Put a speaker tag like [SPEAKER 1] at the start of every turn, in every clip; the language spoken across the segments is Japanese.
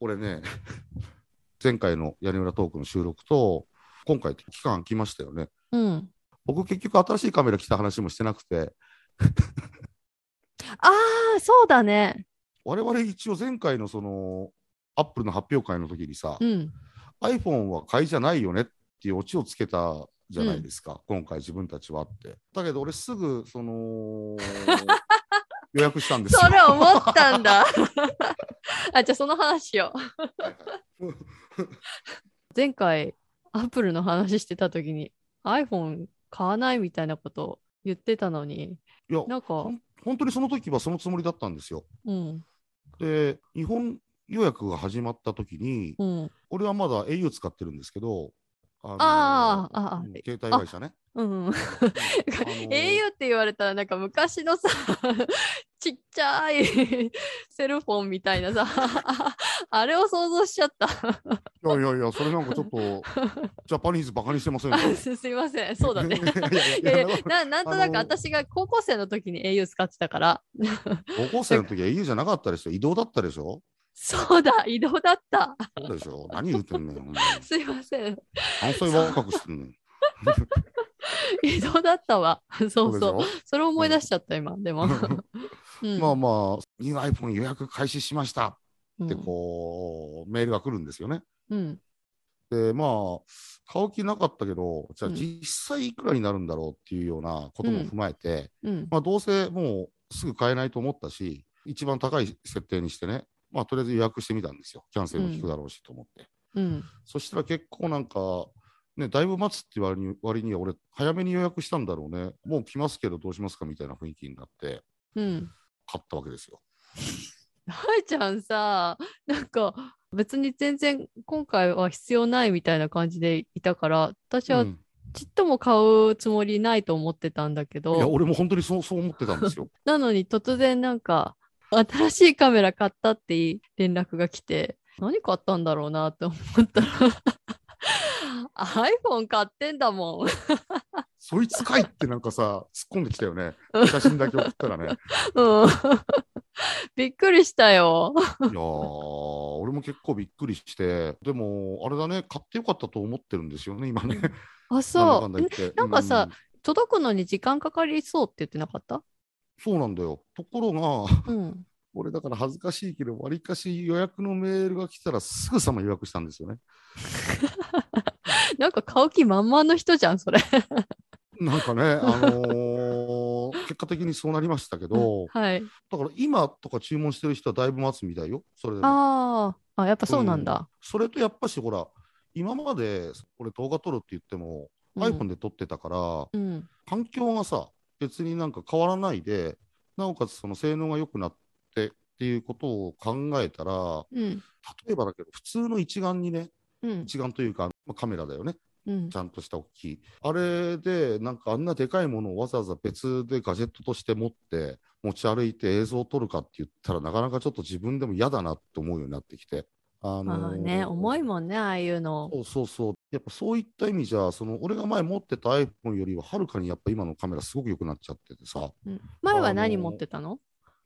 [SPEAKER 1] 俺ね、 前回の屋根裏トークの収録と、今回期間空きましたよね。
[SPEAKER 2] うん。
[SPEAKER 1] 僕結局新しいカメラ来た話もしてなくて、
[SPEAKER 2] ああ、そうだね。
[SPEAKER 1] 我々一応前回のその、アップルの発表会の時にさ、
[SPEAKER 2] うん。
[SPEAKER 1] iPhone は買いじゃないよねっていうオチをつけたじゃないですか、今回自分たちはって。だけど俺すぐ、そ の、予約したんですよ。
[SPEAKER 2] それ思ったんだ。 あ、じゃあその話しよう。 前回、アップルの話してた時に iPhone 買わないみたいなこと言ってたのに、
[SPEAKER 1] いや、
[SPEAKER 2] なんか
[SPEAKER 1] ほ、ん本当にその時はそのつもりだったんですよ。
[SPEAKER 2] うん、
[SPEAKER 1] で、日本予約が始まった時に、
[SPEAKER 2] うん。
[SPEAKER 1] 俺はまだ au 使ってるんですけど、あの
[SPEAKER 2] あーあ
[SPEAKER 1] う
[SPEAKER 2] ー
[SPEAKER 1] ん携帯会社ね。
[SPEAKER 2] うん。
[SPEAKER 1] うん
[SPEAKER 2] au って言われたらなんか昔のさ ちっちゃい セルフォンみたいなさ あれを想像しちゃ った
[SPEAKER 1] あのいやいやいや、それなんかちょっ と、ジャパニーズバカにしてませんか
[SPEAKER 2] あすすいませんそうだね
[SPEAKER 1] いやい
[SPEAKER 2] いや
[SPEAKER 1] や
[SPEAKER 2] い
[SPEAKER 1] い
[SPEAKER 2] や
[SPEAKER 1] や、
[SPEAKER 2] ななんとなく
[SPEAKER 1] あの
[SPEAKER 2] 私が高校生の時に au 使ってたから
[SPEAKER 1] 高校生の時は au じゃなかったでしょ移動だったでしょ
[SPEAKER 2] そうだ移動だった
[SPEAKER 1] そうでしょ何言ってんねん。ほんまに
[SPEAKER 2] すいません
[SPEAKER 1] 何歳若くしてんねん。
[SPEAKER 2] 移動だったわ そうそう
[SPEAKER 1] でしょ
[SPEAKER 2] それを思い出しちゃった今でも、 うん
[SPEAKER 1] まあまあ、ニュー iPhone 予約開始しましたって
[SPEAKER 2] うん
[SPEAKER 1] こう、メールが来るんですよね。
[SPEAKER 2] うん
[SPEAKER 1] で、まあ、買う気なかったけど、じゃあ
[SPEAKER 2] うん
[SPEAKER 1] 実際いくらになるんだろうっていうようなことも踏まえて、
[SPEAKER 2] うん
[SPEAKER 1] まあどうせもうすぐ買えないと思ったし、一番高い設定にしてね、まあとりあえず予約してみたんですよ。キャンセルも効くだろうしと思って。
[SPEAKER 2] うん
[SPEAKER 1] そしたら結構なんか、ね、だいぶ待つって割に割には俺、早めに予約したんだろうね。もう来ますけどどうしますかみたいな雰囲気になって、
[SPEAKER 2] うん
[SPEAKER 1] 買ったわけですよ。
[SPEAKER 2] はえちゃんさなんか別に全然今回は必要ないみたいな感じでいたから私
[SPEAKER 1] う
[SPEAKER 2] は
[SPEAKER 1] ん
[SPEAKER 2] ちっとも買うつもりないと思ってたんだけ
[SPEAKER 1] いや、
[SPEAKER 2] ど、
[SPEAKER 1] 俺も本当にそうそう思ってたんですよ。
[SPEAKER 2] なのに突然なんか新しいカメラ買ったっていい連絡が来て何買ったんだろうなと思ったら iPhone 買ってんだもん。
[SPEAKER 1] そいつかいってなんかさ、突っ込んできたよね。写真だけ送 ったらね。
[SPEAKER 2] うん、びっくりした よ。
[SPEAKER 1] いやー、俺も結構びっくりして、でも、あれだね、買ってよかったと思ってるんですよね、今ね。
[SPEAKER 2] あ
[SPEAKER 1] なんだ
[SPEAKER 2] そ
[SPEAKER 1] か
[SPEAKER 2] うん
[SPEAKER 1] だ言って。
[SPEAKER 2] なんかさ
[SPEAKER 1] う、
[SPEAKER 2] 届くのに時間かかりそうって言ってなかった
[SPEAKER 1] そうなんだよ。ところが、
[SPEAKER 2] うん
[SPEAKER 1] 俺だから恥ずかしいけど、わりかし予約のメールが来たらすぐさま予約したんですよね。
[SPEAKER 2] なんか買う気満々の人じゃん、それ。
[SPEAKER 1] なん かね、あのー結果的にそうなりましたけど、
[SPEAKER 2] はい。
[SPEAKER 1] だから今とか注文してる人はだいぶ待つみたいよ、それでも。
[SPEAKER 2] あーあ、やっぱそうなんだ。
[SPEAKER 1] それとやっぱしほら、今まで俺動画撮るって言っても、
[SPEAKER 2] うん
[SPEAKER 1] iPhone で撮ってたから、
[SPEAKER 2] うん。
[SPEAKER 1] 環境がさ、別になんか変わらないで、なおかつその性能が良くなってっていうことを考えたら、
[SPEAKER 2] うん。
[SPEAKER 1] 例えばだけど、普通の一眼にね、
[SPEAKER 2] うん。
[SPEAKER 1] 一眼というか、まあカメラだよね、
[SPEAKER 2] うん
[SPEAKER 1] ち。ゃんとした大きい。あれで、なんかあんなでかいものをわざわざ別でガジェットとして持って、持ち歩いて映像を撮るかって言ったらなかなかちょっと自分でも嫌だなって思うようになってきて。あ
[SPEAKER 2] ま
[SPEAKER 1] の
[SPEAKER 2] あ
[SPEAKER 1] ー
[SPEAKER 2] ね、重いもんね、ああいうの。
[SPEAKER 1] そうそうそう。やっぱそういった意味じゃ、その俺が前持ってた iPhone よりははるかにやっぱ今のカメラすごく良くなっちゃっててさ、
[SPEAKER 2] うん前は何
[SPEAKER 1] あのー
[SPEAKER 2] 持ってたの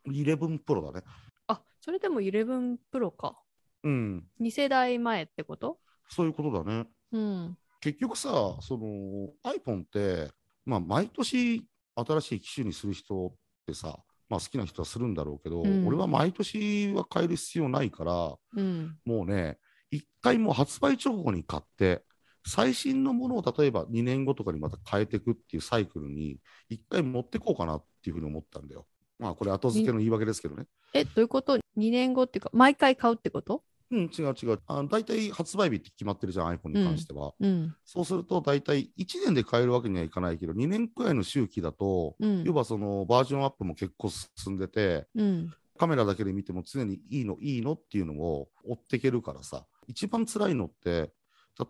[SPEAKER 1] 11 Pro だね。
[SPEAKER 2] あ、それでも11プロか。
[SPEAKER 1] うん。
[SPEAKER 2] 2世代前ってこと
[SPEAKER 1] そういうことだね。
[SPEAKER 2] うん。
[SPEAKER 1] 結局さ、その iPhone って、まあ、毎年新しい機種にする人ってさ、まあ、好きな人はするんだろうけど、
[SPEAKER 2] うん
[SPEAKER 1] 俺は毎年は変える必要ないから、も
[SPEAKER 2] うん。
[SPEAKER 1] うね、一回もう発売直後に買って、最新のものを例えば2年後とかにまた変えていくっていうサイクルに、一回持ってこうかなっていうふうに思ったんだよ。まあ、これ後付けの言い訳ですけどね。
[SPEAKER 2] え、どういうこと ?2 年後っていうか、毎回買うってこと
[SPEAKER 1] うん、違う違う。あの大体発売日って決まってるじゃん、iPhone に関しては。
[SPEAKER 2] うん。
[SPEAKER 1] そうすると、大体1年で変えるわけにはいかないけど、2年くらいの周期だと、
[SPEAKER 2] うん
[SPEAKER 1] 要。はそのバージョンアップも結構進んでて、
[SPEAKER 2] うん。
[SPEAKER 1] カメラだけで見ても常にいいの、いいのっていうのを追っていけるからさ、一番辛いのって、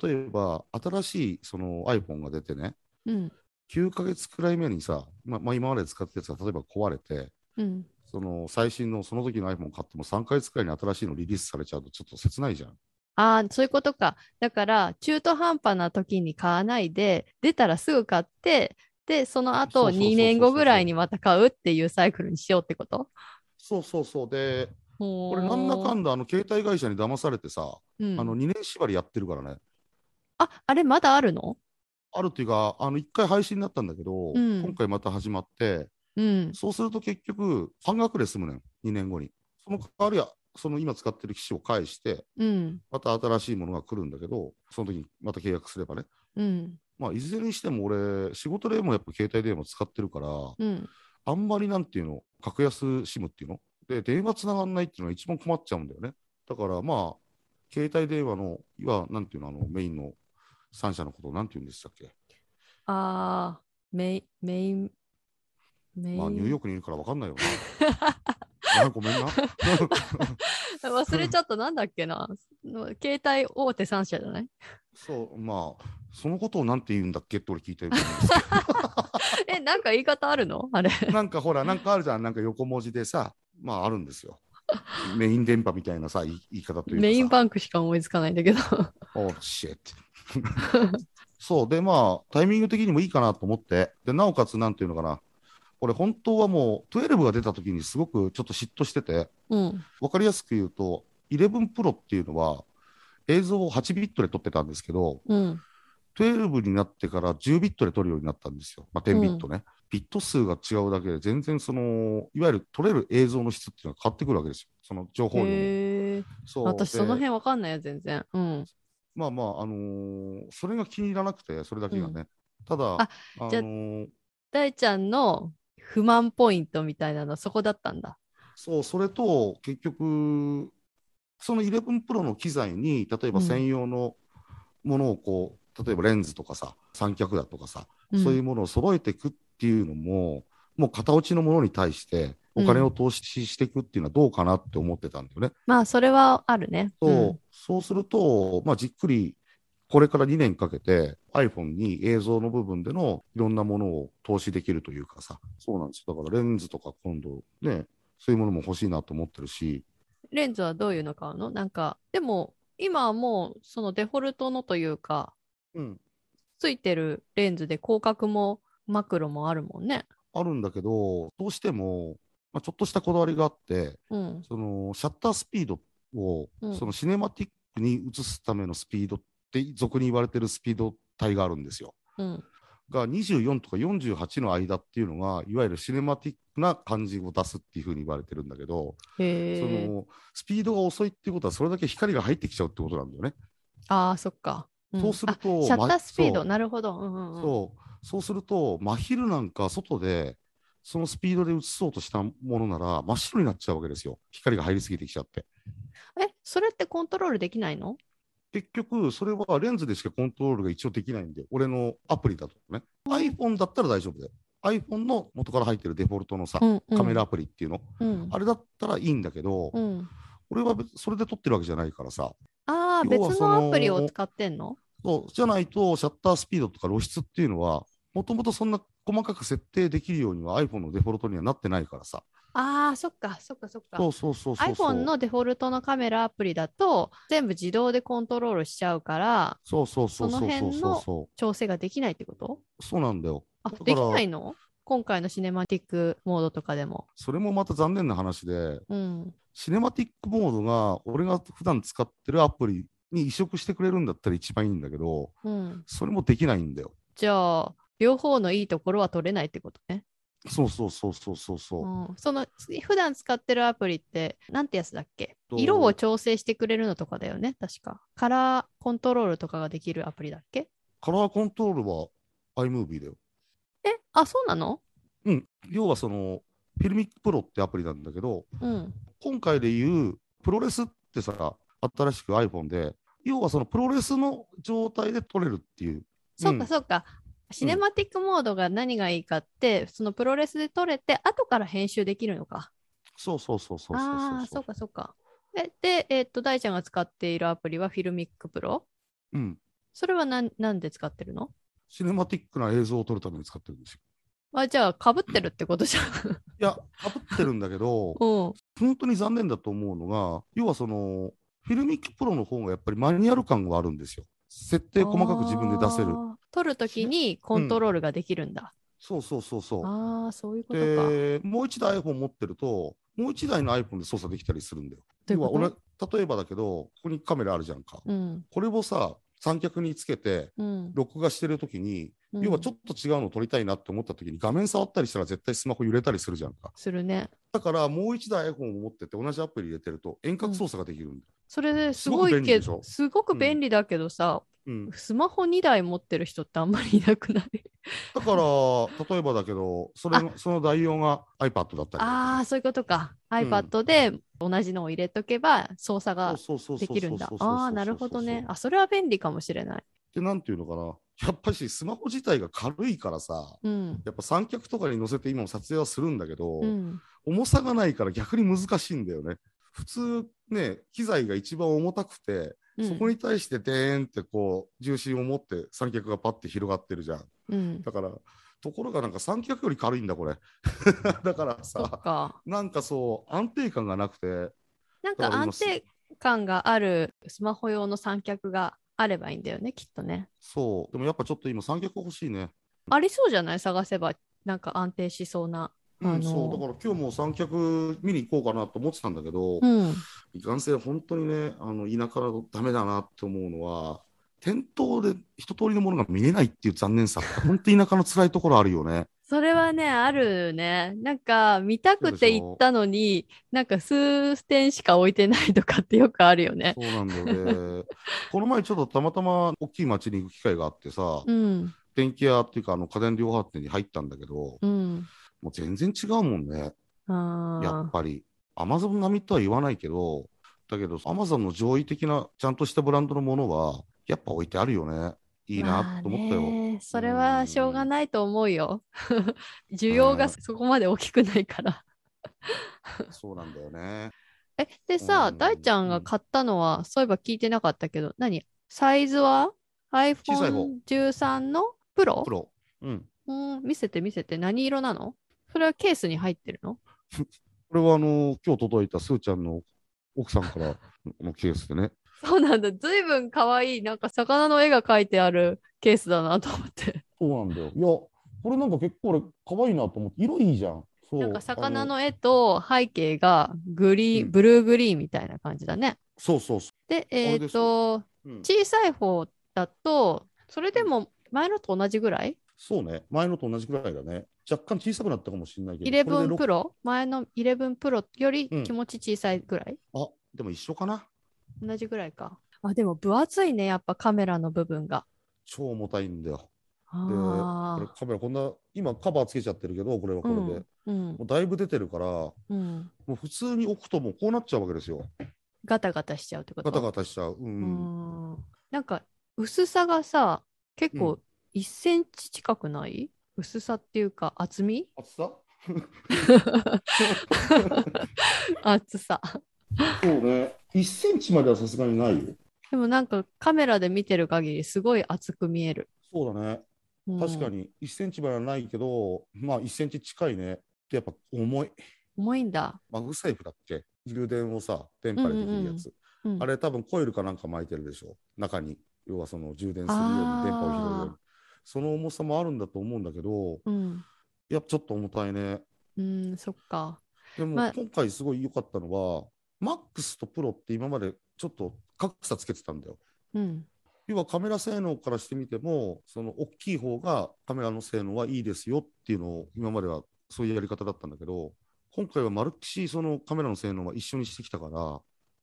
[SPEAKER 1] 例えば新しいその iPhone が出てね、
[SPEAKER 2] うん。
[SPEAKER 1] 9ヶ月くらい目にさ、ままあ、今まで使ってたやつが例えば壊れて、
[SPEAKER 2] うん。
[SPEAKER 1] その最新のその時の iPhone 買っても3ヶ月くらいに新しいのリリースされちゃうとちょっと切ないじゃん。
[SPEAKER 2] ああ、そういうことか。だから、中途半端な時に買わないで、出たらすぐ買って、で、その
[SPEAKER 1] そ
[SPEAKER 2] 後
[SPEAKER 1] うそうそうそうそう
[SPEAKER 2] 2年後ぐらいにまた買うっていうサイクルにしようってこと
[SPEAKER 1] そうそうそう。で、
[SPEAKER 2] こ
[SPEAKER 1] これなんだかんだあの携帯会社に騙されてさ、
[SPEAKER 2] うん、
[SPEAKER 1] あの2年縛りやってるからね
[SPEAKER 2] ああれまだあるの
[SPEAKER 1] あるっていうかあの1回配信になったんだけど、
[SPEAKER 2] うん
[SPEAKER 1] 今回また始まって
[SPEAKER 2] うん。
[SPEAKER 1] そうすると結局半額で済むねん2年後にその代わりはその今使ってる機種を返して
[SPEAKER 2] うん。
[SPEAKER 1] また新しいものが来るんだけどその時にまた契約すればね
[SPEAKER 2] うん。
[SPEAKER 1] まあいずれにしても俺仕事でもやっぱ携帯電話使ってるから
[SPEAKER 2] うん。
[SPEAKER 1] あんまりなんていうの格安 SIM っていうので電話つながんないっていうのが一番困っちゃうんだよねだからまあ携帯電話のいわなんていうのあのメインの3社のことをなんて言うんでしたっけ
[SPEAKER 2] ああ、メイ、メイン、メイン。
[SPEAKER 1] まあニューヨークにいるから分かんないよねあ ごめんな
[SPEAKER 2] 忘れちゃった、なんだっけな。 の携帯大手3社じゃない
[SPEAKER 1] そうまあそのことをなんて言うんだっけって俺聞いてるんですけ
[SPEAKER 2] え、なんか言い方あるのあれ。
[SPEAKER 1] どなんかほらなんかあるじゃんなんか横文字でさまああるんですよメイン電波みたいなさ言い言い方というかさ
[SPEAKER 2] メインバンクしか思いつかないんだけど。
[SPEAKER 1] おーシェット そうでまあタイミング的にもいいかなと思ってでなおかつなんていうのかな俺本当はもう12が出た時にすごくちょっと嫉妬してて
[SPEAKER 2] うん。
[SPEAKER 1] 分かりやすく言うと11プロっていうのは映像を8ビットで撮ってたんですけど
[SPEAKER 2] うん。
[SPEAKER 1] 12になってから10ビットで撮るようになったんですよ、まあ、10ビットね、ビット数が違うだけで全然そのいわゆる撮れる映像の質っていうのが変わってくるわけですよその情報量も
[SPEAKER 2] へえ。
[SPEAKER 1] そう
[SPEAKER 2] 私、
[SPEAKER 1] で
[SPEAKER 2] その辺わかんないよ、全然。うん。
[SPEAKER 1] まあまあ、あのーそれが気に入らなくて、それだけがね。ただ、
[SPEAKER 2] あ
[SPEAKER 1] あの
[SPEAKER 2] じゃあ
[SPEAKER 1] ー
[SPEAKER 2] 大ちゃんの不満ポイントみたいなのはそこだったんだ。
[SPEAKER 1] そう、それと、結局、その11プロの機材に、例えば
[SPEAKER 2] うん
[SPEAKER 1] 専用のものをこう、例えばレンズとかさ、三脚だとかさ、そういうものを揃えていくっていうのも、もう型落ちのものに対して、お金を投資していくっていうのはどうかなって思ってたんだよね。
[SPEAKER 2] まあ、それはあるね。
[SPEAKER 1] そうそうすると、まあ、じっくりこれから2年かけて iPhone に映像の部分でのいろんなものを投資できるというかさそうなんですよだからレンズとか今度ねそういうものも欲しいなと思ってるし
[SPEAKER 2] うんレンズはどういうの買うのなんか、でも、今はもう、そのデフォルトのというか、
[SPEAKER 1] うん
[SPEAKER 2] ついてるレンズで広角もマクロもあるもんね。
[SPEAKER 1] あるんだけどどうしても、まあ、ちょっとしたこだわりがあって
[SPEAKER 2] うん。
[SPEAKER 1] そのシャッタースピードを、
[SPEAKER 2] うん
[SPEAKER 1] そのシネマティックに映すためのスピードって俗に言われてるスピード帯があるんですよ。
[SPEAKER 2] うん。
[SPEAKER 1] が24とか48の間っていうのがいわゆるシネマティックな感じを出すっていうふうに言われてるんだけど、そ
[SPEAKER 2] へえ。
[SPEAKER 1] のスピードが遅いっていうことはそれだけ光が入ってきちゃうってことなんだよね。
[SPEAKER 2] ああ、そっか。ん
[SPEAKER 1] そうする
[SPEAKER 2] あ
[SPEAKER 1] と
[SPEAKER 2] シャッタースピー
[SPEAKER 1] ま
[SPEAKER 2] ド、
[SPEAKER 1] そう
[SPEAKER 2] なるほど。うんうんうん
[SPEAKER 1] そうそうすると真昼なんか外でそのスピードで映そうとしたものなら真っ白になっちゃうわけですよ光が入りすぎてきちゃって。
[SPEAKER 2] え、それってコントロールできないの
[SPEAKER 1] 結局それはレンズでしかコントロールが一応できないんで俺のアプリだとね iPhone だったら大丈夫だよ iPhone の元から入ってるデフォルトのさ、
[SPEAKER 2] うんうん
[SPEAKER 1] カメラアプリっていうの
[SPEAKER 2] うん。
[SPEAKER 1] あれだったらいいんだけど、
[SPEAKER 2] うん。
[SPEAKER 1] 俺は別それで撮ってるわけじゃないからさ
[SPEAKER 2] ああ、
[SPEAKER 1] 要は
[SPEAKER 2] 別
[SPEAKER 1] その
[SPEAKER 2] のアプリを使ってんの
[SPEAKER 1] そうじゃないとシャッタースピードとか露出っていうのはもともとそんな細かく設定できるようには iPhone のデフォルトにはなってないからさ
[SPEAKER 2] ああ、そっか、そっか、そっか。
[SPEAKER 1] そうそうそうそうそう
[SPEAKER 2] iPhone のデフォルトのカメラアプリだと全部自動でコントロールしちゃうから
[SPEAKER 1] そうそうそうそうそう
[SPEAKER 2] そ
[SPEAKER 1] そ
[SPEAKER 2] の
[SPEAKER 1] う
[SPEAKER 2] 辺
[SPEAKER 1] そ
[SPEAKER 2] 調整ができないってこと
[SPEAKER 1] うそうなんだよ
[SPEAKER 2] あ
[SPEAKER 1] だから
[SPEAKER 2] できないの今回のシネマティックモードとかでも。
[SPEAKER 1] それもまた残念な話で
[SPEAKER 2] うん。
[SPEAKER 1] シネマティックモードが俺が普段使ってるアプリに移植してくれるんだったら一番いいんだけど
[SPEAKER 2] うん、
[SPEAKER 1] それもできないんだよ
[SPEAKER 2] じゃあ両方のいいところは取れないってことね。
[SPEAKER 1] そうそうそうそうそうそう、
[SPEAKER 2] うん、その普段使ってるアプリってなんてやつだっけ
[SPEAKER 1] と
[SPEAKER 2] 色を調整してくれるのとかだよね確か。カラーコントロールとかができるアプリだっけ
[SPEAKER 1] カラーコントロールは iMovie だよ
[SPEAKER 2] えあそうなの
[SPEAKER 1] うん、要はそのフィルミックプロってアプリなんだけど
[SPEAKER 2] うん。
[SPEAKER 1] 今回で言うプロレスってさ新しく iPhone で要はそのプロレスの状態で撮れるっていう
[SPEAKER 2] そう
[SPEAKER 1] う
[SPEAKER 2] か
[SPEAKER 1] ん
[SPEAKER 2] そうか、シネマティックモードが何がいいかって、そのプロレスで撮れて後から編集できるのか。
[SPEAKER 1] そうそうそうそうそう
[SPEAKER 2] ああそうかそうか。えで、えっと大ちゃんが使っているアプリはフィルミックプロ
[SPEAKER 1] うん、
[SPEAKER 2] それはなんなんで使ってるの
[SPEAKER 1] シネマティックな映像を撮るために使ってるんですよ
[SPEAKER 2] あじゃあかぶってるってことじゃん。
[SPEAKER 1] いやかぶってるんだけど
[SPEAKER 2] うん
[SPEAKER 1] 本当に残念だと思うのが要はそのフィルミックプロの方がやっぱりマニュアル感があるんですよ設定細かく自分で出せる
[SPEAKER 2] あー。撮るときにコントロールができるんだ。
[SPEAKER 1] そうそうそうそう
[SPEAKER 2] ああそういうことか。
[SPEAKER 1] でもう一台 iPhone 持ってるともう一台の iPhone で操作できたりするんだよ。
[SPEAKER 2] どういう
[SPEAKER 1] 要は
[SPEAKER 2] こと
[SPEAKER 1] 俺例えばだけどここにカメラあるじゃんか。
[SPEAKER 2] うん。
[SPEAKER 1] これをさ三脚につけて
[SPEAKER 2] うん。
[SPEAKER 1] 録画してる時に、
[SPEAKER 2] うん
[SPEAKER 1] 要はちょっと違うの撮りたいなって思った時に画面触ったりしたら絶対スマホ揺れたりするじゃんか。
[SPEAKER 2] するね。
[SPEAKER 1] だからもう一台 iPhone を持ってて同じアプリ入れてると遠隔操作ができるんだよ。
[SPEAKER 2] それです
[SPEAKER 1] す
[SPEAKER 2] ご
[SPEAKER 1] ごく
[SPEAKER 2] い
[SPEAKER 1] 便利
[SPEAKER 2] け
[SPEAKER 1] でしょ
[SPEAKER 2] ど、すごく便利だけどさ、
[SPEAKER 1] うん
[SPEAKER 2] スマホ2台持ってる人ってあんまりいなくない
[SPEAKER 1] だから例えばだけどそれのその代用が iPad だったりとか
[SPEAKER 2] ああ、そういうことか。
[SPEAKER 1] ん
[SPEAKER 2] iPad で同じのを入れとけば操作が
[SPEAKER 1] そうそうそう
[SPEAKER 2] で
[SPEAKER 1] そうそうそうそう
[SPEAKER 2] きるんだ。ああ、なるほどね。あ、それは便利かもしれない。
[SPEAKER 1] でなんていうのかなやっぱりスマホ自体が軽いからさ
[SPEAKER 2] うん。
[SPEAKER 1] やっぱ三脚とかに乗せて今も撮影はするんだけど、
[SPEAKER 2] うん。
[SPEAKER 1] 重さがないから逆に難しいんだよね。普通ね機材が一番重たくて、
[SPEAKER 2] うん
[SPEAKER 1] そこに対してデーンってこう重心を持って三脚がパッて広がってるじゃん。
[SPEAKER 2] うん。
[SPEAKER 1] だからところがなんか三脚より軽いんだこれ。 だから
[SPEAKER 2] そっ
[SPEAKER 1] さ
[SPEAKER 2] か。
[SPEAKER 1] なんかそう安定感がなくて
[SPEAKER 2] なん
[SPEAKER 1] だ
[SPEAKER 2] か
[SPEAKER 1] から
[SPEAKER 2] 安
[SPEAKER 1] 今す
[SPEAKER 2] 定感があるスマホ用の三脚があればいいんだよね、きっとね。
[SPEAKER 1] そうでもやっぱちょっと今三脚欲しいね。
[SPEAKER 2] ありそうじゃない探せば、なんか安定しそうな。
[SPEAKER 1] うん
[SPEAKER 2] あのー
[SPEAKER 1] そうだから今日も三脚見に行こうかなと思ってたんだけど、
[SPEAKER 2] うん。
[SPEAKER 1] いかんせん本当にねあの田舎だとダメだなって思うのは店頭で一通りのものが見れないっていう残念さ本当田舎の辛いところあるよね。
[SPEAKER 2] それはね、あるね。なんか、見たくて行ったのに、なんか数点しか置いてないとかってよくあるよね。
[SPEAKER 1] そうなんだよ ねこの前ちょっとたまたま大きい町に行く機会があってさ、
[SPEAKER 2] うん、
[SPEAKER 1] 電気屋っていうかあの家電量販店に入ったんだけど、
[SPEAKER 2] うん。
[SPEAKER 1] もう全然違うもんね
[SPEAKER 2] あ
[SPEAKER 1] やっ
[SPEAKER 2] あ、
[SPEAKER 1] ぱり。アマゾン並みとは言わないけどだけどアマゾンの上位的なちゃんとしたブランドのものはやっぱ置いてあるよねいいなと思ったよ。
[SPEAKER 2] まあねそれはしょうがないと思うよ。 需要がそこまで大きくないから。
[SPEAKER 1] そうなんだよね
[SPEAKER 2] え、でさ、
[SPEAKER 1] うん
[SPEAKER 2] 大ちゃんが買ったのは、そういえば聞いてなかったけど、何サイズは
[SPEAKER 1] さい方
[SPEAKER 2] ?iPhone13 のプロ
[SPEAKER 1] プロ、うん、
[SPEAKER 2] うん、見せて見せて。何色なのそれはケースに入ってるの
[SPEAKER 1] これはあの今日届いたすーちゃんの奥さん からのケースでね。
[SPEAKER 2] そうなんだ。ずいぶん可愛い。なんか魚の絵が描いてあるケースだなと思って。
[SPEAKER 1] そうなんだよ。いや、これなんか結構俺可愛いなと思って、色いいじゃん。そう
[SPEAKER 2] なんか魚
[SPEAKER 1] あ
[SPEAKER 2] の絵と背景がグリーン、
[SPEAKER 1] うん
[SPEAKER 2] ブルーグリーンみたいな感じだね。
[SPEAKER 1] そうそうそ
[SPEAKER 2] で、え
[SPEAKER 1] れ
[SPEAKER 2] っ、
[SPEAKER 1] です
[SPEAKER 2] と、
[SPEAKER 1] う、うん
[SPEAKER 2] 小さい方だと、それでも前のと同じぐらい
[SPEAKER 1] そうね、前のと同じぐらいだね。若干小さくなったかもしれないけど。これで
[SPEAKER 2] ?11
[SPEAKER 1] ろく
[SPEAKER 2] プロ前の11プロより
[SPEAKER 1] うん
[SPEAKER 2] 気持ち小さいぐらい、
[SPEAKER 1] あでも一緒かな。
[SPEAKER 2] 同じぐらいか。あ、でも分厚いね。やっぱカメラの部分が。
[SPEAKER 1] 超重たいんだよ。で、
[SPEAKER 2] あ
[SPEAKER 1] これ
[SPEAKER 2] あ。
[SPEAKER 1] カメラこんな、今カバーつけちゃってるけど、これはこれで。も
[SPEAKER 2] うん。
[SPEAKER 1] うだいぶ出てるから、も
[SPEAKER 2] うん。
[SPEAKER 1] う普通に置くともうこうなっちゃうわけですよ。
[SPEAKER 2] ガタガタしちゃうってこと
[SPEAKER 1] ガタガタしちゃう。うん。
[SPEAKER 2] うんなんか薄さがさ結構1センチ近くない、薄さっていうか厚み
[SPEAKER 1] 厚さ
[SPEAKER 2] 厚さ
[SPEAKER 1] そうね。1センチまではさすがにないよ。
[SPEAKER 2] でもなんかカメラで見てる限りすごい厚く見える、
[SPEAKER 1] そうだね。
[SPEAKER 2] うん
[SPEAKER 1] 確かに1センチまではないけど、まあ1センチ近いね。で、やっぱ重い。
[SPEAKER 2] 重いんだ、
[SPEAKER 1] マグサイフだっけ充電をさ、電波でできるやつ。
[SPEAKER 2] うん
[SPEAKER 1] あれ多分コイルかなんか巻いてるでしょ。中に。要はその充電するように、電波を拾うように
[SPEAKER 2] あー。
[SPEAKER 1] その重さもあるんだと思うんだけど、
[SPEAKER 2] うん、
[SPEAKER 1] いや、ちょっと重たいね。
[SPEAKER 2] うん、そっか
[SPEAKER 1] でも、
[SPEAKER 2] まあ
[SPEAKER 1] 今回すごい良かったのは、マックスとプロって今までちょっと格差つけてたんだよ。
[SPEAKER 2] うん
[SPEAKER 1] 要はカメラ性能からしてみてもその大きい方がカメラの性能はいいですよっていうのを今まではそういうやり方だったんだけど今回はまるっきしそのカメラの性能は一緒にしてきたから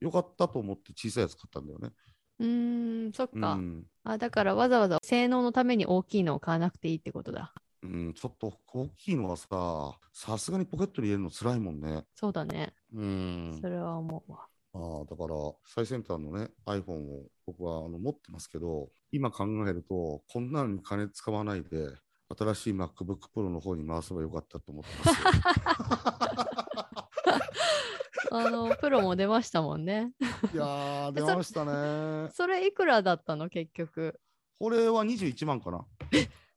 [SPEAKER 1] よかったと思って小さいやつ買ったんだよね。
[SPEAKER 2] うーんそっ
[SPEAKER 1] う
[SPEAKER 2] か、
[SPEAKER 1] ん、
[SPEAKER 2] あだからわざわざ性能のために大きいのを買わなくていいってことだ
[SPEAKER 1] うん、ちょっと大きいのはささすがにポケットに入れるの辛いもんね。
[SPEAKER 2] そうだね、
[SPEAKER 1] うん
[SPEAKER 2] それは思うわ
[SPEAKER 1] ああだから最先端のね iPhone を僕はあの持ってますけど今考えるとこんなのに金使わないで新しい MacBookPro の方に回せばよかったと思ってますよ
[SPEAKER 2] あの プロも出ましたもんね
[SPEAKER 1] いやー出ましたね
[SPEAKER 2] それいくらだったの結局
[SPEAKER 1] これは21万かな、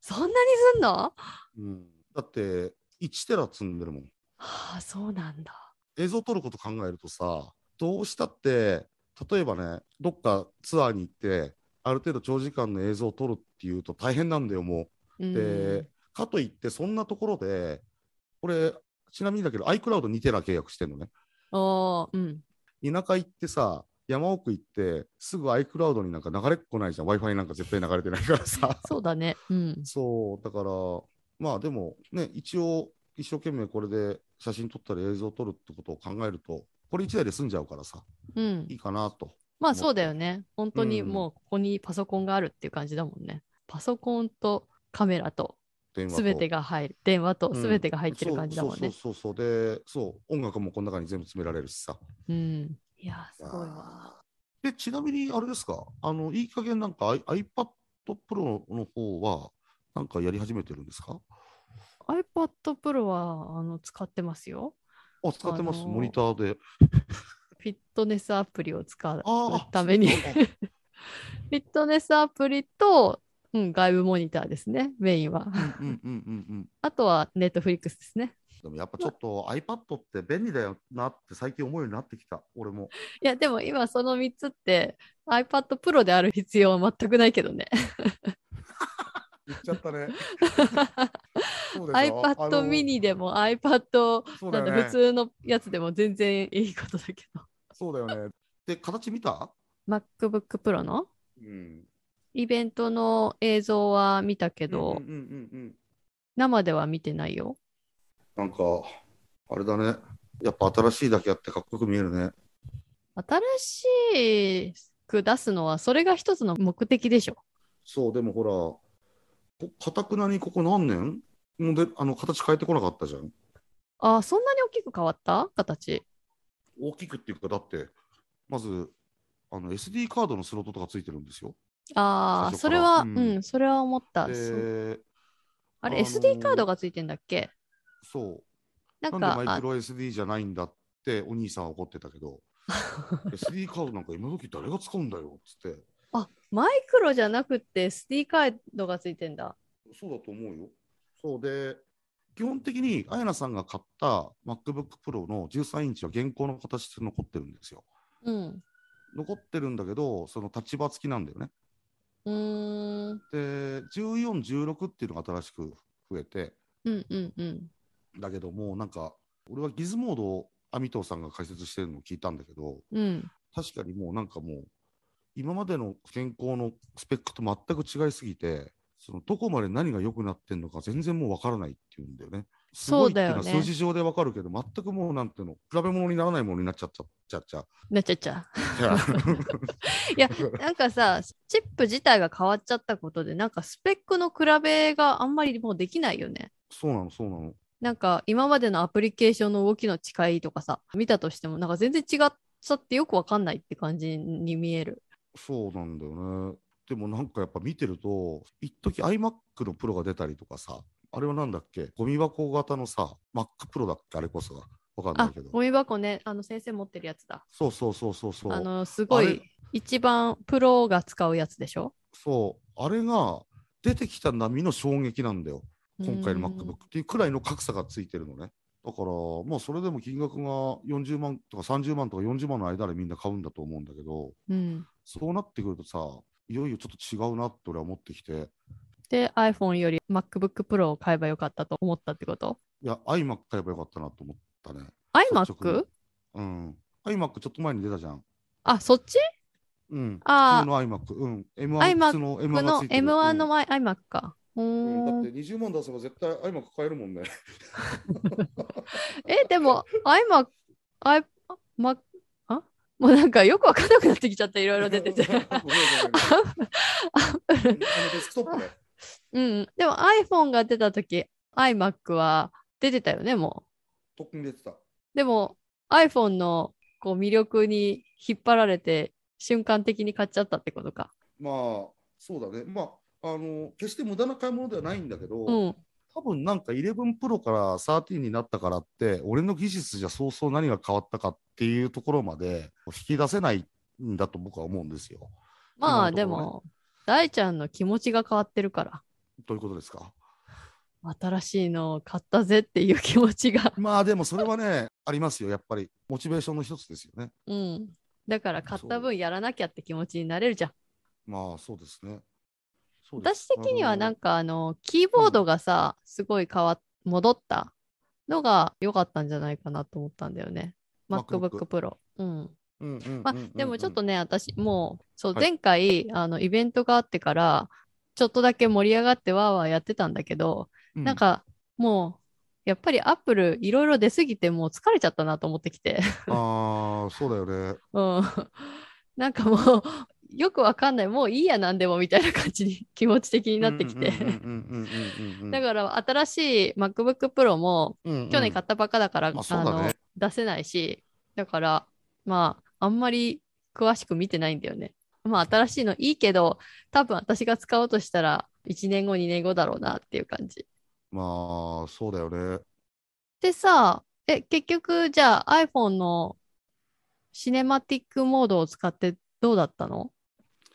[SPEAKER 2] そんなにすんの、は
[SPEAKER 1] うん、だって1テラ積んでるもん
[SPEAKER 2] あそうなんだ。
[SPEAKER 1] 映像撮ること考えるとさどうしたって例えばねどっかツアーに行ってある程度長時間の映像を撮るっていうと大変なんだよもう
[SPEAKER 2] うん
[SPEAKER 1] で、かといってそんなところでこれちなみにだけど iCloud2 テラ契約してんのね。
[SPEAKER 2] おーうん。
[SPEAKER 1] 田舎行ってさ、山奥行って、すぐ iCloud になんか流れっこないじゃん。Wi-Fi なんか絶対流れてないからさ。
[SPEAKER 2] そうだね。うん。
[SPEAKER 1] そう、だから、まあでもね、一応、一生懸命これで写真撮ったり映像撮るってことを考えると、これ一台で済んじゃうからさ、
[SPEAKER 2] うん
[SPEAKER 1] い。いかなと。
[SPEAKER 2] まあそうだよね。本当に
[SPEAKER 1] うん
[SPEAKER 2] もうここにパソコンがあるっていう感じだもんね。パソコンとカメラと
[SPEAKER 1] 電話と
[SPEAKER 2] 全てが入る。電話と
[SPEAKER 1] うん
[SPEAKER 2] 全てが入ってる感じだもんね。
[SPEAKER 1] そうそうそうそうで、そう、音楽もこの中に全部詰められるしさ。
[SPEAKER 2] うん。いやー、すごいわ。
[SPEAKER 1] で、ちなみにあれですか、あの、いい加減なんか I- iPad Pro の方は、なんかやり始めてるんですか
[SPEAKER 2] iPad Pro はあの使ってますよ。
[SPEAKER 1] あ、使ってます、
[SPEAKER 2] あのー
[SPEAKER 1] モニターで。
[SPEAKER 2] フィットネスアプリを使う
[SPEAKER 1] ああ
[SPEAKER 2] ために。
[SPEAKER 1] そ
[SPEAKER 2] フ
[SPEAKER 1] うか
[SPEAKER 2] ィットネスアプリと、うん、外部モニターですね、メインは。
[SPEAKER 1] うんうんうんうんうん。
[SPEAKER 2] あとは Netflix ですね。
[SPEAKER 1] でもやっぱちょっと iPad って便利だよなって最近思うようになってきた、俺も。
[SPEAKER 2] いや、でも今その3つって iPad Pro である必要は全くないけどね。
[SPEAKER 1] 言っちゃった ね。そうでしょ
[SPEAKER 2] iPad。mini でも iPad
[SPEAKER 1] あのそうだ
[SPEAKER 2] なんだ
[SPEAKER 1] よね
[SPEAKER 2] 普。通のやつでも全然いいことだけど。
[SPEAKER 1] そうだよね。で、形見た
[SPEAKER 2] MacBook Pro の
[SPEAKER 1] うん。
[SPEAKER 2] イベントの映像は見たけど、
[SPEAKER 1] うんうんうんうん。
[SPEAKER 2] 生では見てないよ。
[SPEAKER 1] なんか、あれだね。やっぱ新しいだけあってかっこよく見えるね。
[SPEAKER 2] 新しく出すのはそれが一つの目的でしょ。
[SPEAKER 1] そう、でもほら、こかたくなにここ何年もうであの形変えてこなかったじゃん。
[SPEAKER 2] あーそんなに大きく変わった形。
[SPEAKER 1] 大きくっていうか、だって、まず、あの SD カードのスロットとかついてるんですよ。
[SPEAKER 2] ああ、そ
[SPEAKER 1] 最
[SPEAKER 2] れ
[SPEAKER 1] 初から
[SPEAKER 2] は、う、
[SPEAKER 1] うんん
[SPEAKER 2] それは思った。そう
[SPEAKER 1] で、
[SPEAKER 2] あれ、
[SPEAKER 1] あのー
[SPEAKER 2] SD カードがついてんだっけ
[SPEAKER 1] そう。
[SPEAKER 2] なん
[SPEAKER 1] な
[SPEAKER 2] か
[SPEAKER 1] んでマ
[SPEAKER 2] あ
[SPEAKER 1] イクロ SD じゃないんだってお兄さんは怒ってたけ ど SD カードなんか今時誰が使うんだよっつって
[SPEAKER 2] あ、マイクロじゃなくて SD カードがついてんだ。
[SPEAKER 1] そうだと思うよそうで基本的にあやなさんが買った MacBookPro の13インチは現行の形で残ってるんですよ
[SPEAKER 2] うん。
[SPEAKER 1] 残ってるんだけどその立場付きなんだよね
[SPEAKER 2] うーん。
[SPEAKER 1] で1416っていうのが新しく増えて
[SPEAKER 2] うんうんうん。
[SPEAKER 1] だけどもなんか俺はギズモードをアミトーさんが解説してるのを聞いたんだけど、
[SPEAKER 2] うん。
[SPEAKER 1] 確かにもうなんかもう今までの健康のスペックと全く違いすぎてそのどこまで何が良くなってんのか全然もう分からないっていうんだよね。すごいっていのは
[SPEAKER 2] そうだよね
[SPEAKER 1] 数字上で分かるけど、全くもうなんていうの比べ物にならないものになっちゃっちゃちゃっち ゃ。
[SPEAKER 2] なっちゃっちゃ。
[SPEAKER 1] じゃあ
[SPEAKER 2] いや、なんかさ、チップ自体が変わっちゃったことで、なんかスペックの比べがあんまりもうできないよね。
[SPEAKER 1] そうなのそうなの。
[SPEAKER 2] なんか今までのアプリケーションの動きの違いとかさ、見たとしても、なんか全然違っちゃってよくわかんないって感じに見える。
[SPEAKER 1] そうなんだよね。でもなんかやっぱ見てると一時 iMac のプロが出たりとかさあれはなんだっけゴミ箱型のさ Mac プロだっけあれこそが分かん
[SPEAKER 2] あ
[SPEAKER 1] ないけ、ど
[SPEAKER 2] ゴミ箱ね、あの先生持ってるやつだ。
[SPEAKER 1] そうそうそうそうそう。
[SPEAKER 2] あの、すご
[SPEAKER 1] あ
[SPEAKER 2] い
[SPEAKER 1] れ、
[SPEAKER 2] 一番プロが使うやつでしょ
[SPEAKER 1] そう、あれが出てきた波の衝撃なんだよ、今回の MacBook っていうくらいの格差がついてるのね。だから、まあ、それでも金額が40万とか30万とか40万の間でみんな買うんだと思うんだけど、
[SPEAKER 2] うん。うん
[SPEAKER 1] そうなってくるとさ、いよいよちょっと違うなって俺は思ってきて、
[SPEAKER 2] で、iPhone より MacBook Pro を買えばよかったと思ったってこと
[SPEAKER 1] いや、iMac 買えばよかったなと思ったね。率直に
[SPEAKER 2] ?iMac?
[SPEAKER 1] うん。iMac ちょっと前に出たじゃん。
[SPEAKER 2] あ、そっち
[SPEAKER 1] うん。普
[SPEAKER 2] あ
[SPEAKER 1] 通の iMac。うん。M1
[SPEAKER 2] iMac
[SPEAKER 1] 普通の M1
[SPEAKER 2] 僕
[SPEAKER 1] が
[SPEAKER 2] の
[SPEAKER 1] ついてる
[SPEAKER 2] M1 の
[SPEAKER 1] うん
[SPEAKER 2] i- iMac か。う
[SPEAKER 1] うんだ
[SPEAKER 2] ー
[SPEAKER 1] っ
[SPEAKER 2] ん
[SPEAKER 1] て20万出せば絶対 iMac 買えるもんね。
[SPEAKER 2] え、でも iMac、i、Mac、あもうなんかよくわかんなくなってきちゃって、いろいろ出て て。
[SPEAKER 1] ごめんごめんごめんあのデスクトップね。
[SPEAKER 2] うん。でも iPhone が出たとき、iMac は出てたよね、も
[SPEAKER 1] とっくに出てた。
[SPEAKER 2] う。でも iPhone のこう魅力に引っ張られて、瞬間的に買っちゃったってことか。
[SPEAKER 1] まあ、そうだね。まあ、あの、決して無駄な買い物ではないんだけど、
[SPEAKER 2] うん。
[SPEAKER 1] 多分なんか11プロから13になったからって、俺の技術じゃそうそう何が変わったかっていうところまで引き出せないんだと僕は思うんですよ。
[SPEAKER 2] まあ
[SPEAKER 1] 今
[SPEAKER 2] で
[SPEAKER 1] のところね
[SPEAKER 2] も、大ちゃんの気持ちが変わってるから、
[SPEAKER 1] どういうことですか
[SPEAKER 2] 新しいのを買ったぜっていう気持ちが。
[SPEAKER 1] まあでもそれはね、ありますよ。やっぱりモチベーションの一つですよね。
[SPEAKER 2] うん。だから買った
[SPEAKER 1] そう
[SPEAKER 2] 分やらなきゃって気持ちになれるじゃん。
[SPEAKER 1] まあそうですね。そうです
[SPEAKER 2] 私的にはなん
[SPEAKER 1] か、
[SPEAKER 2] かあの、キーボードがさ、すごい変わっ戻った。のが良かったんじゃないかなと思ったんだよね。MacBook
[SPEAKER 1] MacBook
[SPEAKER 2] Pro。うん。
[SPEAKER 1] うんうんうんうん
[SPEAKER 2] まあ、でもちょっとね、私、もう、そう、
[SPEAKER 1] はい
[SPEAKER 2] 前回、あの、イベントがあってから、ちょっとだけ盛り上がってわーわーやってたんだけど、
[SPEAKER 1] う
[SPEAKER 2] なんか、もう、やっぱりアップルいろいろ出すぎてもう疲れちゃったなと思ってきて。
[SPEAKER 1] ああそうだよね
[SPEAKER 2] うん。なんかもう、よくわかんない。もういいや、なんでもみたいな感じに気持ち的になってきて。
[SPEAKER 1] だ
[SPEAKER 2] だから、新しい MacBook Pro も、去年買
[SPEAKER 1] っ
[SPEAKER 2] ったばっかだから、
[SPEAKER 1] まあそうだね
[SPEAKER 2] の、出せないし、だから、まあ、あんまり詳しく見てないんだよね。まあ、新しいのいいけど、多分私が使おうとしたら、1年後、2年後だろうなっていう感じ。
[SPEAKER 1] まあそうだよね
[SPEAKER 2] でさ、え、結局、じゃあ iPhone のシネマティックモードを使ってどうだったの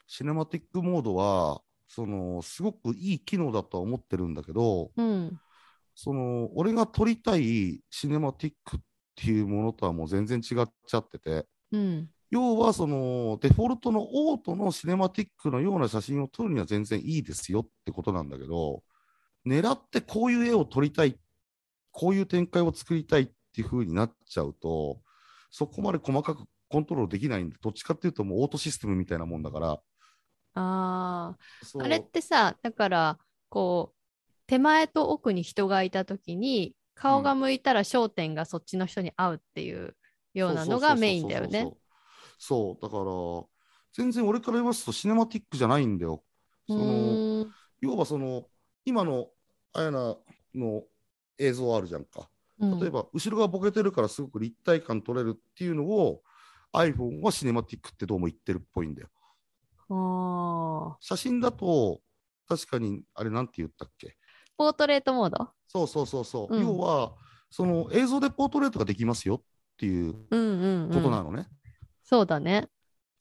[SPEAKER 1] シネマティックモードはそのすごくいい機能だとは思ってるんだけど
[SPEAKER 2] うん。
[SPEAKER 1] その俺が撮りたいシネマティックっていうものとはもう全然違っちゃってて
[SPEAKER 2] うん。
[SPEAKER 1] 要はそのデフォルトのオートのシネマティックのような写真を撮るには全然いいですよってことなんだけど狙ってこういう絵を撮りたいこういう展開を作りたいっていう風になっちゃうとそこまで細かくコントロールできないんでどっちかっていうともうオートシステムみたいなもんだから
[SPEAKER 2] あ
[SPEAKER 1] そ
[SPEAKER 2] あ。
[SPEAKER 1] う
[SPEAKER 2] あれってさ、だから、こう、手前と奥に人がいたときに、顔が向いたら焦点がそっちの人に合うっていうようなのがメインだよね。
[SPEAKER 1] そうだから全然俺から言いますとシネマティックじゃないんだよその
[SPEAKER 2] うーん
[SPEAKER 1] 要はその今のあやなの映像あるじゃんか
[SPEAKER 2] うん
[SPEAKER 1] 例えば後ろがボケてるからすごく立体感取れるっていうのを iPhone はシネマティックってどうも言ってるっぽいんだよ
[SPEAKER 2] あー
[SPEAKER 1] 写真だと確かにあれなんて言ったっけ
[SPEAKER 2] ポートレートモード
[SPEAKER 1] そうそうそうそう、
[SPEAKER 2] うん
[SPEAKER 1] 要はその映像でポートレートができますよっていうこ
[SPEAKER 2] うんうん、う
[SPEAKER 1] と
[SPEAKER 2] ん。
[SPEAKER 1] なのね、
[SPEAKER 2] そうだね。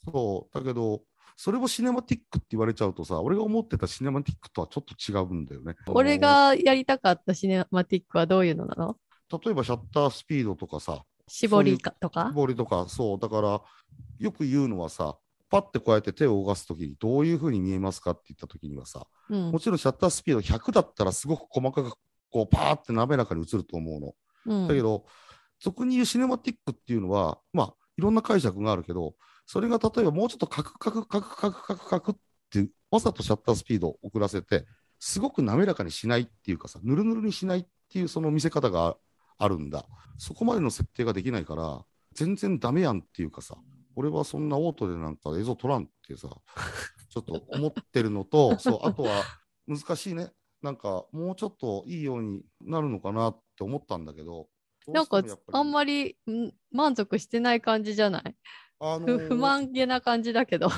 [SPEAKER 1] そうだけどそれをシネマティックって言われちゃうとさ俺が思ってたシネマティックとはちょっと違うんだよね
[SPEAKER 2] 俺がやりたかったシネマティックはどういうのなの
[SPEAKER 1] 例えばシャッタースピードとかさ
[SPEAKER 2] 絞りかとか
[SPEAKER 1] ボールとか、そう、だから、よく言うのはさ、パッてこうやって手を動かすときにどういうふうに見えますかって言ったときにはさ、
[SPEAKER 2] うん
[SPEAKER 1] もちろんシャッタースピード100だったらすごく細かく、こう、パーって滑らかに映ると思うの。
[SPEAKER 2] うん
[SPEAKER 1] だけど、俗に言うシネマティックっていうのは、まあ、いろんな解釈があるけど、それが例えばもうちょっとカクカクカクカクカクカクって、わざとシャッタースピードを遅らせて、すごく滑らかにしないっていうかさ、ぬるぬるにしないっていうその見せ方があるんだ。そこまでの設定ができないから、全然ダメやんっていうかさ、俺はそんなオートでなんか映像撮らんってさ、ちょっと思ってるの と、そう、あとは難しいね。なんかもうちょっといいようになるのかなって思ったんだけど、
[SPEAKER 2] なんかあん
[SPEAKER 1] り、
[SPEAKER 2] まりん満足してない感じじゃない
[SPEAKER 1] あの
[SPEAKER 2] ふ
[SPEAKER 1] ー
[SPEAKER 2] 不満げな感じだけど。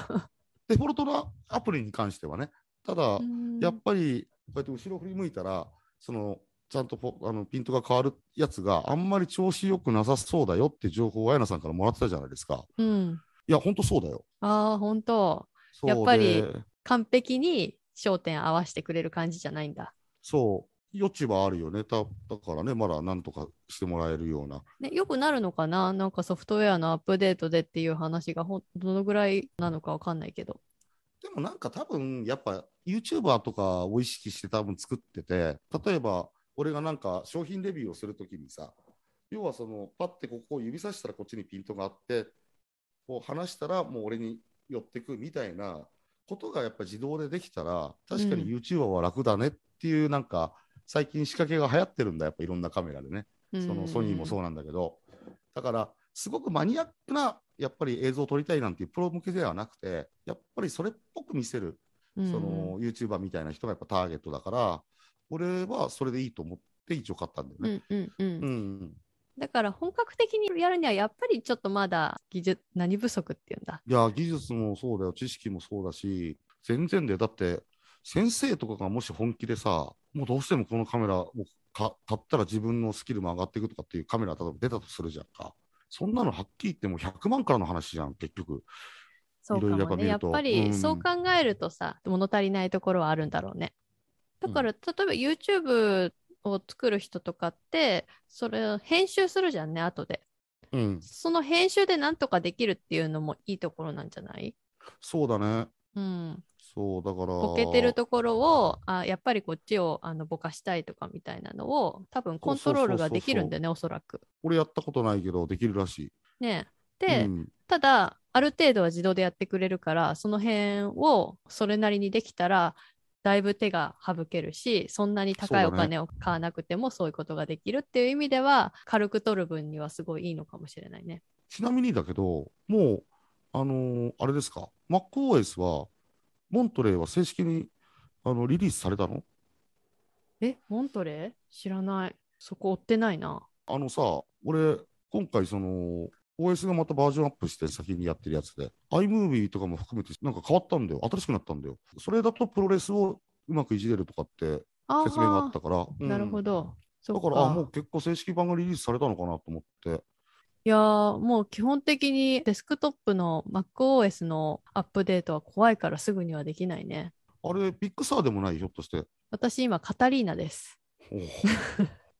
[SPEAKER 1] デフォルトのアプリに関してはね、ただ、やっぱりこうやって後ろ振り向いたら、そのちゃんとポあのピントが変わるやつがあんまり調子よくなさそうだよって情報を綾菜さんからもらってたじゃないですか。
[SPEAKER 2] うん、
[SPEAKER 1] いや、ほんとそうだよ。
[SPEAKER 2] ああ、本当
[SPEAKER 1] そうで
[SPEAKER 2] やっぱり完璧に焦点合わせてくれる感じじゃないんだ。
[SPEAKER 1] そう、余地はあるよね。ただからね、まだなんとかしてもらえるような。
[SPEAKER 2] ね、よくなるのかななんかソフトウェアのアップデートでっていう話がほんどのぐらいなのかわかんないけど。
[SPEAKER 1] でもなんか多分、やっぱ YouTuber とかを意識して多分作ってて、例えば俺がなんか商品レビューをするときにさ、要はその、パッてここを指さしたらこっちにピントがあって、こう離したらもう俺に寄ってくみたいなことがやっぱ自動でできたら、確かに
[SPEAKER 2] うん
[SPEAKER 1] YouTuber は楽だねっていうなんか、最近仕掛けが流行ってるんだ、やっぱいろんなカメラでね。そのソニーもそううなんだけど、だから、すごくマニアックな、やっぱり映像を撮りたいなんていうプロ向けではなくて、やっぱりそれっぽく見せる、
[SPEAKER 2] う
[SPEAKER 1] そ
[SPEAKER 2] ん、
[SPEAKER 1] の YouTuber みたいな人がやっぱターゲットだから、俺はそれでいいと思って一応買ったんだよ
[SPEAKER 2] う
[SPEAKER 1] ね。
[SPEAKER 2] んうんうん
[SPEAKER 1] うん。
[SPEAKER 2] だから本格的にやるにはやっぱりちょっとまだ技術何不足っていうんだ。
[SPEAKER 1] いや、技術もそうだよ、知識もそうだし、全然だよ。だって、先生とかがもし本気でさ、もうどうしてもこのカメラをか買ったら自分のスキルも上がっていくとかっていうカメラ、例えば出たとするじゃんか。そんなのはっきり言ってもう100万からの話じゃん、結局。
[SPEAKER 2] そうか
[SPEAKER 1] いろいろやっぱ
[SPEAKER 2] も
[SPEAKER 1] 見
[SPEAKER 2] ね。や
[SPEAKER 1] る
[SPEAKER 2] っ
[SPEAKER 1] と
[SPEAKER 2] ぱり
[SPEAKER 1] うん
[SPEAKER 2] そう考えるとさ、物足りないところはあるんだろうね。だから、例えば YouTube を作る人とかって、それを編集するじゃんね、後で。
[SPEAKER 1] うん、
[SPEAKER 2] その編集でなんとかできるっていうのもいいところなんじゃない
[SPEAKER 1] そうだね。
[SPEAKER 2] うん。
[SPEAKER 1] そう、だから。
[SPEAKER 2] こけてるところを、あやっぱりこっちをあのぼかしたいとかみたいなのを、多分コントロールができるんだよね、おそらく。
[SPEAKER 1] 俺やったことないけど、できるらし
[SPEAKER 2] ね
[SPEAKER 1] い。
[SPEAKER 2] で、
[SPEAKER 1] うん、
[SPEAKER 2] ただ、ある程度は自動でやってくれるから、その辺をそれなりにできたら、だいぶ手が省けるし、そんなに高い
[SPEAKER 1] そ
[SPEAKER 2] お
[SPEAKER 1] うだね
[SPEAKER 2] 金を買わなくてもそういうことができるっていう意味では、軽く取る分にはすごいいいのかもしれないね。
[SPEAKER 1] ちなみにだけど、もう、あのーあれですか、MacOS は、モントレーは正式にあのリリースされたの
[SPEAKER 2] え、モントレー知らない。そこ追ってないな。
[SPEAKER 1] あのさ、俺、今回、その、OS がまたバージョンアップして先にやってるやつで、iMovie とかも含めて、なんか変わったんだよ。新しくなったんだよ。それだとプロレスをうまくいじれるとかって
[SPEAKER 2] あ
[SPEAKER 1] 説明があった
[SPEAKER 2] ー
[SPEAKER 1] から。うん
[SPEAKER 2] なるほ。ど。そ
[SPEAKER 1] だ
[SPEAKER 2] っ
[SPEAKER 1] から、あ、もう結構正式版がリリースされたのかなと思って。
[SPEAKER 2] いやーもう基本的にデスクトップの MacOS のアップデートは怖いからすぐにはできないね。
[SPEAKER 1] あれ、ピックサーでもない、ひょっとして。
[SPEAKER 2] 私今カタリーナです。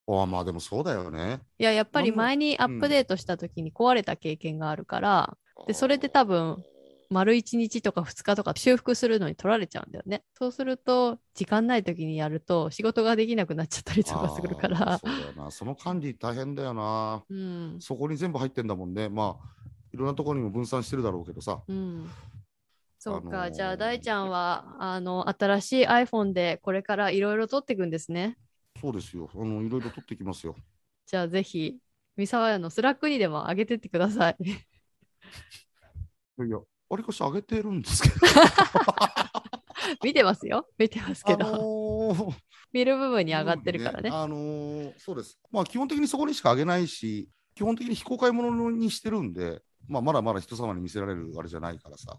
[SPEAKER 1] おあまあでもそうだよね。
[SPEAKER 2] いや、やっぱり
[SPEAKER 1] なんも
[SPEAKER 2] 前にアップデートした時に壊れた経験があるから、でそれで多分丸1日とか2日とか修復するのに取られちゃうんだよね。そうすると、時間ない時にやると仕事ができなくなっちゃったりとかするか
[SPEAKER 1] あー
[SPEAKER 2] ら。
[SPEAKER 1] そうだよな。その管理大変だよな。
[SPEAKER 2] うん。
[SPEAKER 1] そこに全部入ってんだもんね。まあ、いろんなところにも分散してるだろうけどさ。
[SPEAKER 2] うん。そうか、
[SPEAKER 1] あのー
[SPEAKER 2] じゃあ大ちゃんは、あの、新しい iPhone でこれからいろいろ撮っていくんですね。
[SPEAKER 1] そうですよ。あの、いろいろ取ってきますよ。
[SPEAKER 2] じゃあぜひ、三沢屋のスラックにでも上げてってください。
[SPEAKER 1] いやいや、わりかし上げてるんですけど。
[SPEAKER 2] 見てますよ。見てますけど、
[SPEAKER 1] あのー
[SPEAKER 2] 見る部分に上がってるからね。
[SPEAKER 1] あのーそうです。まあ、基本的にそこにしか上げないし、基本的に非公開ものにしてるんで、まあ、まだまだ人様に見せられるあれじゃないからさ。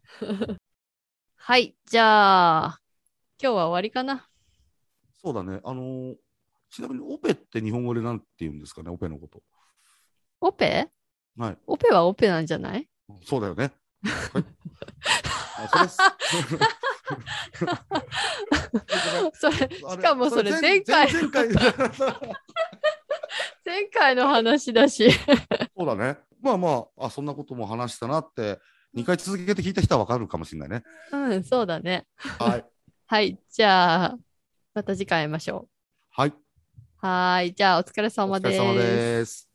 [SPEAKER 2] はい、じゃあ、今日は終わりかな。
[SPEAKER 1] そうだね。あのーちなみにオペって日本語でなんて言うんですかね、オペのこと。
[SPEAKER 2] オペ
[SPEAKER 1] はい。
[SPEAKER 2] オペはオペなんじゃない
[SPEAKER 1] そうだよね。はい。あ それっす
[SPEAKER 2] それ、
[SPEAKER 1] あれ
[SPEAKER 2] しかもそれ前回
[SPEAKER 1] 前前前回
[SPEAKER 2] 前回の話だし。
[SPEAKER 1] そうだね。まあまあ、あ、そんなことも話したなって、2回続けて聞いた人は分かるかもしれないね。
[SPEAKER 2] うん、そうだね。
[SPEAKER 1] はい。
[SPEAKER 2] はい、じゃあ、また次回会いましょ
[SPEAKER 1] はい。
[SPEAKER 2] う。はーい、じゃあお疲れ
[SPEAKER 1] お
[SPEAKER 2] 様
[SPEAKER 1] 疲
[SPEAKER 2] で
[SPEAKER 1] れ
[SPEAKER 2] す。
[SPEAKER 1] 様です。